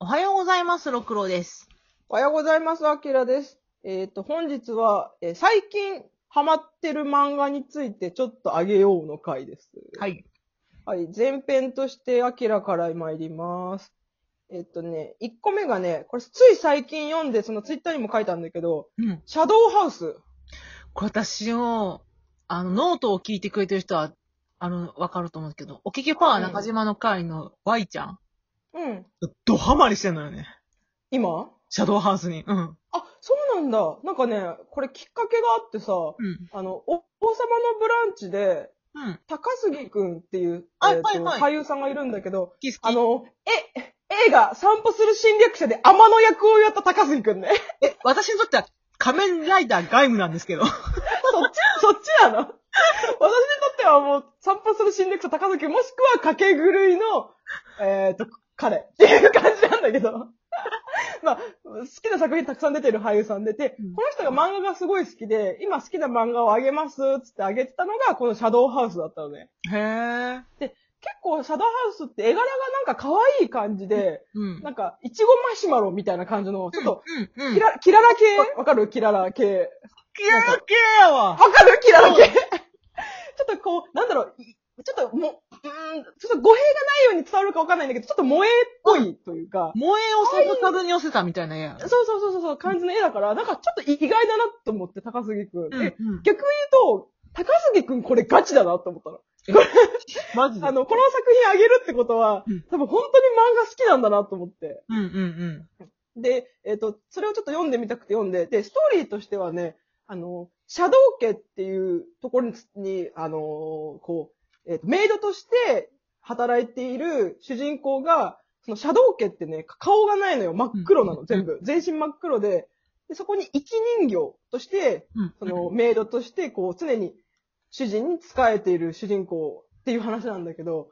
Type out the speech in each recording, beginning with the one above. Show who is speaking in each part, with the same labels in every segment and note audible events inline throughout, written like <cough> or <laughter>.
Speaker 1: おはようございます、ろくろです。
Speaker 2: おはようございます、あきらです。えっ、と、本日は、えー最近ハマってる漫画についてちょっとあげようの回です。
Speaker 1: はい。
Speaker 2: はい、前編としてあきらから参ります。えっ、とね、1個目がね、これつい最近読んで、そのツイッターにも書いたんだけど、
Speaker 1: うん。
Speaker 2: シャドウハウス。
Speaker 1: これ私を、あの、ノートを聞いてくれてる人は、あの、わかると思うんですけど、おけけパワー中島の会の Y ちゃん、
Speaker 2: うん。
Speaker 1: ドハマりしてんのよね。
Speaker 2: 今
Speaker 1: シャドウハウスに。うん。
Speaker 2: あ、そうなんだ。なんかね、これきっかけがあってさ、
Speaker 1: うん。
Speaker 2: あの、お王様のブランチで、
Speaker 1: うん。
Speaker 2: 高杉くんっていう、
Speaker 1: はい
Speaker 2: えーと
Speaker 1: はいは
Speaker 2: 俳優さんがいるんだけど、
Speaker 1: 好き好
Speaker 2: あ
Speaker 1: き。
Speaker 2: の、え、映画、散歩する侵略者で天の役をやった高杉
Speaker 1: <laughs>
Speaker 2: くんね。
Speaker 1: え、私にとっては仮面ライダー外務なんですけど。
Speaker 2: そっち、そっちなの。私にとってはもう、散歩する侵略者高杉、もしくは掛け狂いの、えっ、と、彼っていう感じなんだけど。 <laughs> まあ、好きな作品たくさん出てる俳優さん出て、
Speaker 1: うん
Speaker 2: この人が漫画がすごい好きで、今好きな漫画をあげます、つってあげてたのが、このシャドウハウスだったのね。
Speaker 1: へえ。
Speaker 2: 結構、シャドウハウスって絵柄がなんか可愛い感じで、
Speaker 1: うん。
Speaker 2: なんか、いちごマシュマロみたいな感じの、ちょっと、
Speaker 1: うん、うん。
Speaker 2: キラ、キララ系わかるキララ系。
Speaker 1: キララ系やわ
Speaker 2: わ。かるキララ系ちょっとこう、なんだろう、いちょっともう、うーん、ちょっと語弊がないように伝わるかわかんないんだけど、ちょっと萌えっぽいというか、
Speaker 1: 萌えをサボさずに寄せたみたいな絵や。
Speaker 2: そうそうそうそう、感じの絵だから、なんかちょっと意外だなと思って、高杉くん。
Speaker 1: うんう
Speaker 2: え
Speaker 1: ん。
Speaker 2: 逆に言うと、高杉くんこれガチだなと思ったの。
Speaker 1: マジで。
Speaker 2: あ
Speaker 1: うん
Speaker 2: の、この作品あげるってことは
Speaker 1: うん、
Speaker 2: 多分本当に漫画好きなんだなと思って。
Speaker 1: うんうん。
Speaker 2: で、えっ、と、それをちょっと読んでみたくて読んで、で、ストーリーとしてはね、あの、シャドウ家っていうところにつ、にあのーこう、えっ、と、メイドとして働いている主人公が、そのシャドウ家ってね、顔がないのよ。真っ黒な
Speaker 1: う
Speaker 2: の、
Speaker 1: ん
Speaker 2: 全部。全身真っ黒で、でそこに生き人形として、
Speaker 1: うん。
Speaker 2: その、メイドとして、こう、常に主人に仕えている主人公っていう話なんだけど、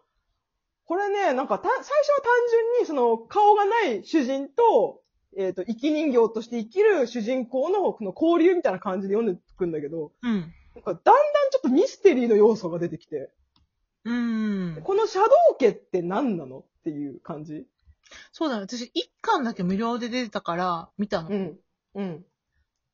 Speaker 2: これね、なんかた、最初は単純に、その、顔がない主人と、えっ、と、生き人形として生きる主人公の、この交流みたいな感じで読んでくんだけど、
Speaker 1: うん。
Speaker 2: なんか、だんだんちょっとミステリーの要素が出てきて、
Speaker 1: うん。
Speaker 2: このシャドウ家って何なのっていう感じ。
Speaker 1: そうだね。私、一巻だけ無料で出てたから、見たの。
Speaker 2: うん。うん。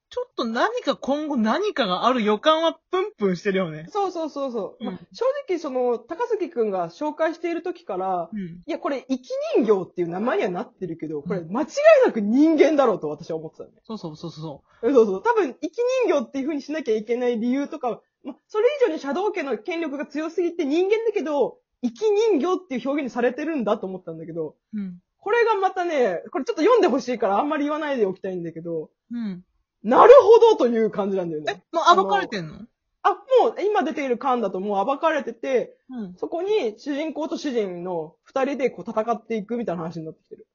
Speaker 1: ちょっと何か今後何かがある予感はプンプンしてるよね。
Speaker 2: そうそうそうそう。まあ
Speaker 1: うん
Speaker 2: 正直、その、高杉くんが紹介している時から、
Speaker 1: うん。
Speaker 2: いや、これ、生き人形っていう名前にはなってるけど、これ、
Speaker 1: うん
Speaker 2: 間違いなく人間だろうと私は思ってたのね。
Speaker 1: そうそうそうそ
Speaker 2: そうそう。多分、生き人形っていう風にしなきゃいけない理由とか、ま、それ以上にシャドウ家の権力が強すぎて人間だけど、生き人形っていう表現にされてるんだと思ったんだけど、
Speaker 1: う。うん。
Speaker 2: これがまたね、これちょっと読んでほしいからあんまり言わないでおきたいんだけど、
Speaker 1: うん。
Speaker 2: なるほどという感じなんだよ
Speaker 1: え
Speaker 2: ね。、
Speaker 1: もう暴かれてんの
Speaker 2: あ、もう今出ている巻だともう暴かれてて、
Speaker 1: うん。
Speaker 2: そこに主人公と主人の二人でこう戦っていくみたいな話になってきてる。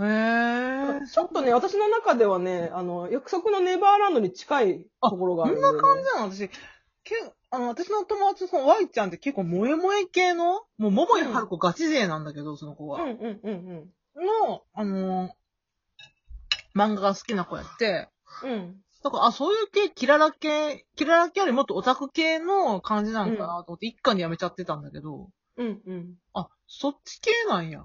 Speaker 1: へえ。
Speaker 2: ちょっとね、私の中ではね、あの、約束のネバーランドに近いところがあ
Speaker 1: こ
Speaker 2: る
Speaker 1: んな感じなの私、けあの、私の友達の Y ちゃんって結構萌え萌え系の、もう桃井春子ガチ勢なんだけど、その子は。
Speaker 2: うんうんうん
Speaker 1: の、あのー漫画が好きな子やって、
Speaker 2: うん。うん。
Speaker 1: だから、あ、そういう系、キララ系、キララ系よりもっとオタク系の感じなのかなと思って、一巻でやめちゃってたんだけど、
Speaker 2: うんうん。
Speaker 1: あ、そっち系なんや。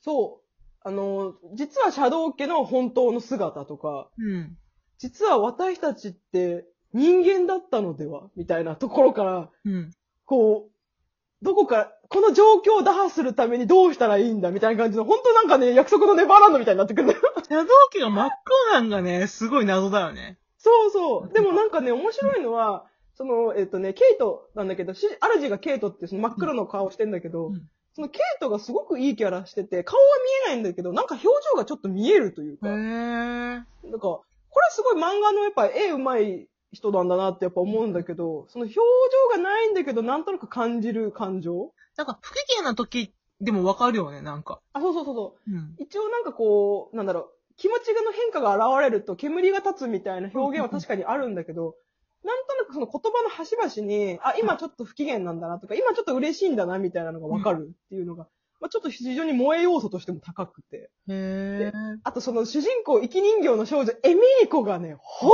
Speaker 2: そう。あの、実はシャドウ家の本当の姿とか、
Speaker 1: うん。
Speaker 2: 実は私たちって人間だったのではみたいなところから、
Speaker 1: うん。
Speaker 2: こう、どこか、この状況を打破するためにどうしたらいいんだみたいな感じの、本当なんかね、約束のネバーランドみたいになってくるんだよ。
Speaker 1: シャドウ家が真っ黒なんがね、すごい謎だよね。
Speaker 2: そうそう。でもなんかね、面白いのは、その、えっとね、ケイトなんだけど、し主がケイトってその真っ黒の顔してんだけど、
Speaker 1: うん
Speaker 2: そのケイトがすごくいいキャラしてて、顔は見えないんだけど、なんか表情がちょっと見えるという
Speaker 1: へ
Speaker 2: か、なんか、
Speaker 1: ー。
Speaker 2: これすごい漫画のやっぱ絵うまい人なんだなってやっぱ思うんだけど、その表情がないんだけど、なんとなく感じる感情
Speaker 1: なんか、不機嫌な時でもわかるよね、なんか。
Speaker 2: あ、そうそうそうそ
Speaker 1: うん。
Speaker 2: う。一応なんかこう、なんだろう、気持ちの変化が現れると煙が立つみたいな表現は確かにあるんだけど、なんとなくその言葉の端々に、あ、今ちょっと不機嫌なんだなとか、今ちょっと嬉しいんだなみたいなのがわかるっていうのが、まあ、ちょっと非常に萌え要素としても高くて。
Speaker 1: へー。
Speaker 2: あとその主人公、生き人形の少女、エミリコがね、本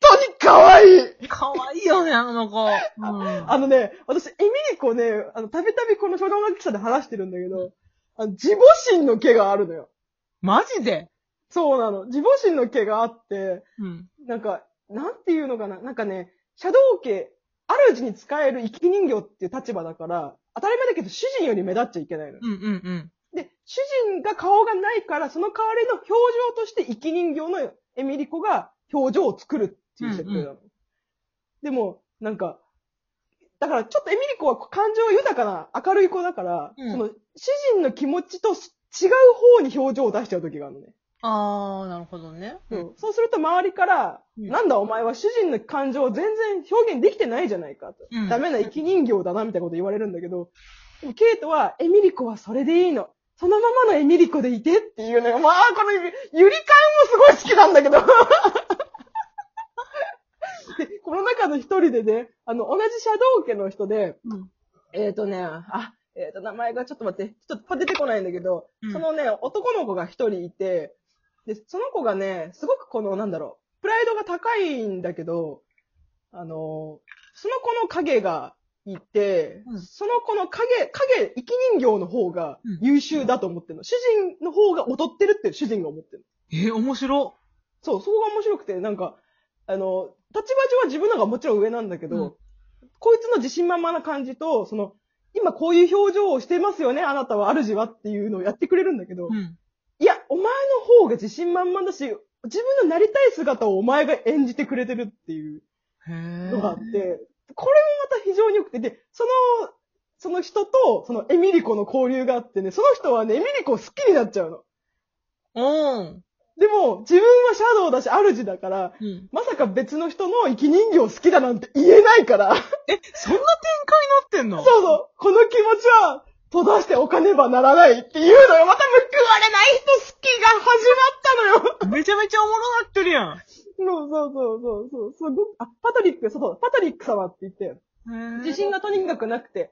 Speaker 2: 当に可愛い
Speaker 1: かわいいよね、あの <laughs> 子。うん。
Speaker 2: あのね、私、エミリコね、あの、たびたびこの小学記者で話してるんだけど、あの、自母心の毛があるのよ。
Speaker 1: マジで
Speaker 2: そうなの。自母心の毛があって、
Speaker 1: うん。
Speaker 2: なんか、なんていうのかな。なんかね、シャドウ家、主に使える生き人形っていう立場だから、当たり前だけど主人より目立っちゃいけないのよ。
Speaker 1: うんうんうん。
Speaker 2: で、主人が顔がないから、その代わりの表情として生き人形のエミリコが表情を作るっていう設定なの。
Speaker 1: うん
Speaker 2: でも、なんか、だからちょっとエミリコは感情豊かな明るい子だから、
Speaker 1: うん
Speaker 2: その主人の気持ちとす違う方に表情を出しちゃう時があるのね。
Speaker 1: あー、なるほどね。
Speaker 2: そうそうすると周りから、
Speaker 1: うん
Speaker 2: なんだお前は主人の感情を全然表現できてないじゃないかと。
Speaker 1: うん。
Speaker 2: ダメな生き人形だなみたいなこと言われるんだけど、でもケイトは、エミリコはそれでいいの。そのままのエミリコでいてっていうのが、まあ、このゆりかんもすごい好きなんだけど。で、この中の一人でね、あの、同じシャドウ家の人で、
Speaker 1: うん
Speaker 2: えっ、ー、とね、あ、えっ、と、名前がちょっと待って、ちょっとパッと出てこないんだけど、
Speaker 1: うん
Speaker 2: そのね、男の子が一人いて、で、その子がね、すごくこの、なんだろう、プライドが高いんだけど、あの、その子の影がいて、
Speaker 1: うん
Speaker 2: その子の影、影、生き人形の方が
Speaker 1: うん
Speaker 2: 優秀だと思ってるの。主人の方が劣ってるって主人が思ってるの。
Speaker 1: えー、面白。
Speaker 2: そう、そこが面白くて、なんか、あの、立場上は自分の方がもちろん上なんだけど、
Speaker 1: うん
Speaker 2: こいつの自信満々な感じと、その、今こういう表情をしてますよね、あなたは、主はっていうのをやってくれるんだけど、
Speaker 1: うん。
Speaker 2: いや、お前の方が自信満々だし、自分のなりたい姿をお前が演じてくれてるっていう
Speaker 1: へえ。
Speaker 2: のがあって、これもまた非常に良くて、で、その、その人と、そのエミリコの交流があってね、その人はね、エミリコを好きになっちゃうの。
Speaker 1: おーん。
Speaker 2: でも、自分はシャドウだし、主だから、
Speaker 1: うん。
Speaker 2: まさか別の人の生き人形好きだなんて言えないから、そう
Speaker 1: え、そんな展開になってんの
Speaker 2: そう、この気持ちは閉ざしておかねばならないっていうのがまた報われない人好きが始まったのよ。
Speaker 1: めちゃめちゃおもろなってるやん。
Speaker 2: そうそうそうそうそう、すごく、あ、パトリック、そうそう、パトリック様って言って、自信
Speaker 1: が。
Speaker 2: がとにかくなくて。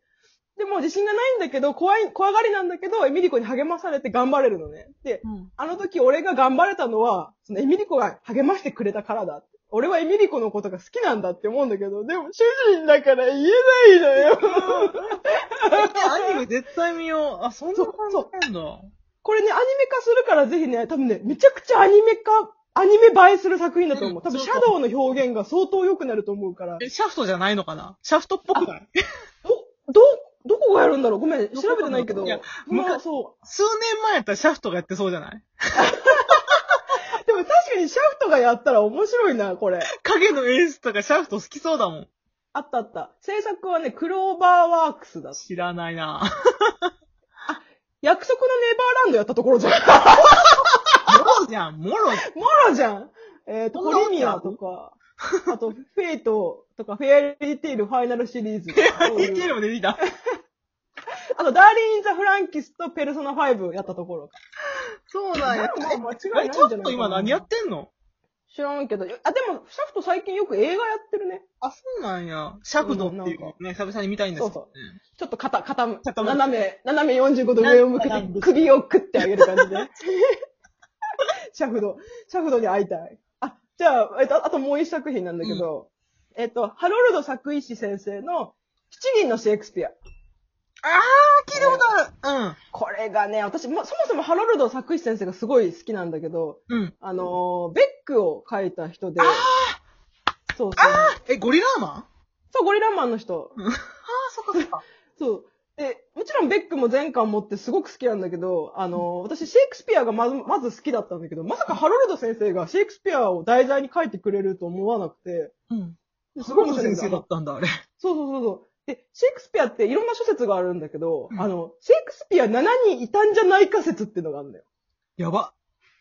Speaker 2: でも自信がないんだけど、怖い、怖がりなんだけど、エミリコに励まされて頑張れるのね。で、
Speaker 1: うん。
Speaker 2: あの時俺が頑張れたのは、そのエミリコが励ましてくれたからだ。俺はエミリコのことが好きなんだって思うんだけど、でも主人だから言えないのよ。
Speaker 1: アニメ絶対見よう。あ、そんな感じなんだ。
Speaker 2: これね、アニメ化するからぜひね、多分ね、めちゃくちゃアニメ化、アニメ映えする作品だと思う。多分シャドウの表現が相当良くなると思うから。
Speaker 1: え、シャフトじゃないのかなシャフトっぽくない
Speaker 2: お、ど、どこがやるんだろうごめん、
Speaker 1: どこ
Speaker 2: 調べてないけど。
Speaker 1: いや
Speaker 2: まあ
Speaker 1: 昔
Speaker 2: そう。
Speaker 1: 数年前やったらシャフトがやってそうじゃない
Speaker 2: でも確かにシャフトがやったら面白いな、これ。
Speaker 1: 影の演出とかシャフト好きそうだもん。
Speaker 2: あったあった。制作はね、クローバーワークスだ。
Speaker 1: 知らないな
Speaker 2: 約束のネバーランドやったところじゃん。
Speaker 1: もろじゃん、もろ。
Speaker 2: もろじゃんえっ、と、
Speaker 1: こ
Speaker 2: ポ
Speaker 1: んなもん
Speaker 2: リミアとか、あと、フェイトとか、フェアリーテイルファイナルシリーズとか。そういう
Speaker 1: DTL も出てきた。
Speaker 2: あと、ダーリン・インザ・フランキスとペルソナ5やったところ。
Speaker 1: そうなん <laughs> や。
Speaker 2: まあ間違いない
Speaker 1: え、
Speaker 2: ん
Speaker 1: ち
Speaker 2: じゃ
Speaker 1: ょ
Speaker 2: ないか
Speaker 1: っ
Speaker 2: な
Speaker 1: と今何やってんの
Speaker 2: 知らんけど。あ、でも、シャフト最近よく映画やってるね。
Speaker 1: あ、そうなんや。シャフトっていうね、久々に見たいんですけどね。
Speaker 2: ちょっと肩、肩、ちょっ
Speaker 1: と
Speaker 2: と斜め、斜め45度上を向け
Speaker 1: なんかなんで
Speaker 2: て
Speaker 1: す
Speaker 2: 首をくってあげる感じで。 <laughs> シャフド、シャフドに会いたい。あ、じゃあ、えっと、あともう一作品なんだけど、えっと、ハロルド作石先生の七人のシェイクスピア。
Speaker 1: あー、聞いたことある。
Speaker 2: これがね、私、ま、そもそもハロルド作石先生がすごい好きなんだけど、
Speaker 1: うん。うん。
Speaker 2: あのー、ベックを書いた人で、そうそう。
Speaker 1: え、ゴリラーマンあ
Speaker 2: そう、ゴリラマンの人。
Speaker 1: <laughs> ー、そっかそっか。
Speaker 2: そう。で、もちろんベックも全巻持ってすごく好きなんだけど、あの、私シェイクスピアがまず、まず好きだったんだけど、まさかハロルド先生がシェイクスピアを題材に書いてくれると思わなくて、
Speaker 1: うん。
Speaker 2: です
Speaker 1: す
Speaker 2: ご
Speaker 1: ご
Speaker 2: い
Speaker 1: い
Speaker 2: 面白いん
Speaker 1: 先
Speaker 2: だ
Speaker 1: 生だったんだ、あれ。
Speaker 2: そうそうそうそう。で、シェイクスピアっていろんな諸説があるんだけど、
Speaker 1: うん
Speaker 2: あの、シェイクスピア7人いたんじゃないか説っていうのがあるんだよ。
Speaker 1: <laughs> やば。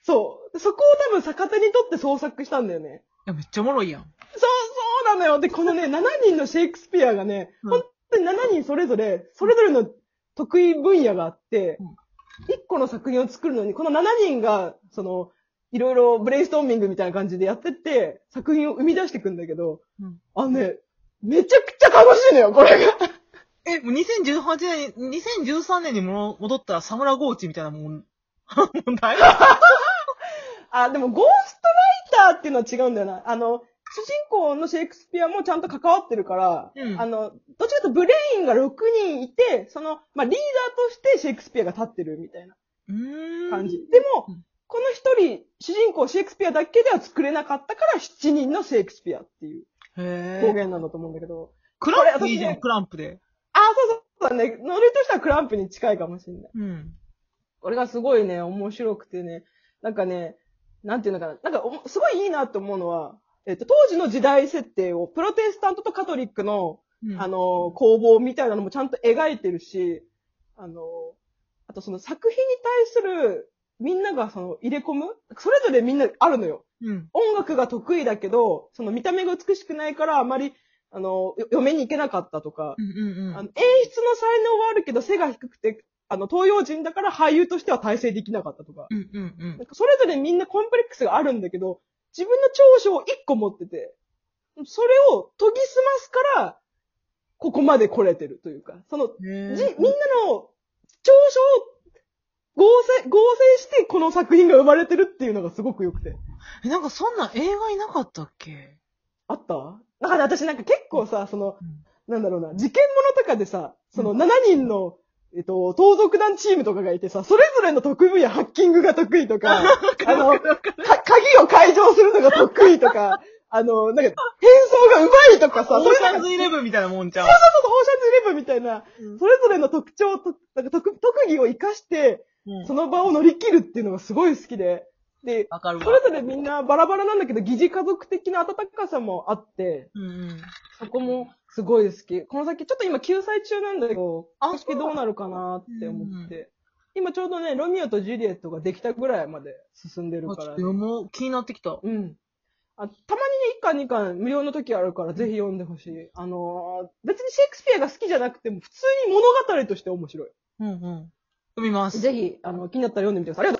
Speaker 2: そう。でそこを多分逆手にとって創作したんだよね。
Speaker 1: いや、めっちゃおもろいやん。
Speaker 2: そう、そうなのよ。で、このね、7
Speaker 1: <laughs>
Speaker 2: 人のシェイクスピアがね、
Speaker 1: うん
Speaker 2: 本当に7人それぞれ、それぞれの得意分野があって
Speaker 1: うん、
Speaker 2: 1個の作品を作るのに、この7人が、その、いろいろブレインストーミングみたいな感じでやってって、作品を生み出していくんだけど、
Speaker 1: うん
Speaker 2: あのね、めちゃくちゃ楽しいのよ、これが。
Speaker 1: え、もう2018年に、2013年にも戻ったらサムラゴーチみたいなもん、 <laughs> 問題
Speaker 2: あ、でもゴーストライターっていうのは違うんだよな。あの、主人公のシェイクスピアもちゃんと関わってるから、
Speaker 1: うん
Speaker 2: あの、どっちかというとブレインが6人いて、その、まあ、リーダーとしてシェイクスピアが立ってるみたいな
Speaker 1: うーん。
Speaker 2: 感じ。で
Speaker 1: う
Speaker 2: も
Speaker 1: ん、
Speaker 2: この一人、主人公シェイクスピアだけでは作れなかったから、七人のシェイクスピアっていう
Speaker 1: へ
Speaker 2: 表現なんだと思うんだけど。
Speaker 1: クラン
Speaker 2: こ
Speaker 1: プ
Speaker 2: れ
Speaker 1: いいじゃ
Speaker 2: 私
Speaker 1: ん、
Speaker 2: ね
Speaker 1: クランプで。
Speaker 2: あ、そうそうそうだね。ノリとしてはクランプに近いかもしれない。
Speaker 1: うん。
Speaker 2: これがすごいね、面白くてね、なんかね、なんていうのかな、なんかおすごいいいなと思うのは、えっと、当時の時代設定を、プロテスタントとカトリックの、
Speaker 1: うん
Speaker 2: あ、の、攻防みたいなのもちゃんと描いてるし、あの、あとその作品に対する、みんながその入れ込むそれぞれみんなあるのよ。
Speaker 1: うん。
Speaker 2: 音楽が得意だけど、その見た目が美しくないからあまり、あの、よ嫁に行けなかったとか
Speaker 1: う、んうんうん。
Speaker 2: あの演出の才能はあるけど背が低くて、あの、東洋人だから俳優としては体制できなかったとか。
Speaker 1: うんうんうん
Speaker 2: なんかそれぞれみんなコンプレックスがあるんだけど、自分の長所を一個持ってて、それを研ぎ澄ますから、ここまで来れてるというか、その、
Speaker 1: へ
Speaker 2: じ、み
Speaker 1: ー
Speaker 2: んなの長所を合成、合成してこの作品が生まれてるっていうのがすごく良くて。
Speaker 1: え、なんかそんな映画いなかったっけ
Speaker 2: あっただから私なんか結構さ、その、
Speaker 1: うん
Speaker 2: なんだろうな、事件物とかでさ、その
Speaker 1: う
Speaker 2: 7人の、えっと、盗賊団チームとかがいてさ、それぞれの得意やハッキングが得意と <laughs> か、あの、か鍵を解錠するのが得意と <laughs> か、あの、なんか、変装が上手いとかさ、そ
Speaker 1: オー
Speaker 2: れ
Speaker 1: シ
Speaker 2: な
Speaker 1: ャ
Speaker 2: んか、
Speaker 1: ン
Speaker 2: そうそうそう、放射
Speaker 1: ズイレブンみたいなもんちゃう。
Speaker 2: ズイレブンみたいな、
Speaker 1: うん
Speaker 2: それぞれの特徴と、なんか特特技を活かして、
Speaker 1: うん
Speaker 2: その場を乗り切るっていうのがすごい好きで、で、
Speaker 1: わかるわ。
Speaker 2: それぞれみんなバラバラなんだけど、疑似家族的な温かさもあって、
Speaker 1: うんうん。
Speaker 2: そこもすごい好き。この先、ちょっと今救済中なんだけど、
Speaker 1: あ
Speaker 2: この先どうなるかなって思って。今ちょうどね、ロミオとジュリエットができたぐらいまで進んでる
Speaker 1: あ
Speaker 2: か
Speaker 1: ちょっ
Speaker 2: ら
Speaker 1: と
Speaker 2: ね、
Speaker 1: 読もう。気になってきた。
Speaker 2: うん。あたまにね、1巻2巻無料の時あるから、ぜひ読んでほしい。あのー別にシェイクスピアが好きじゃなくても、普通に物語として面白い。
Speaker 1: うんうん。読みます。
Speaker 2: ぜひ、あの、気になったら読んでみてください。ありがとうございます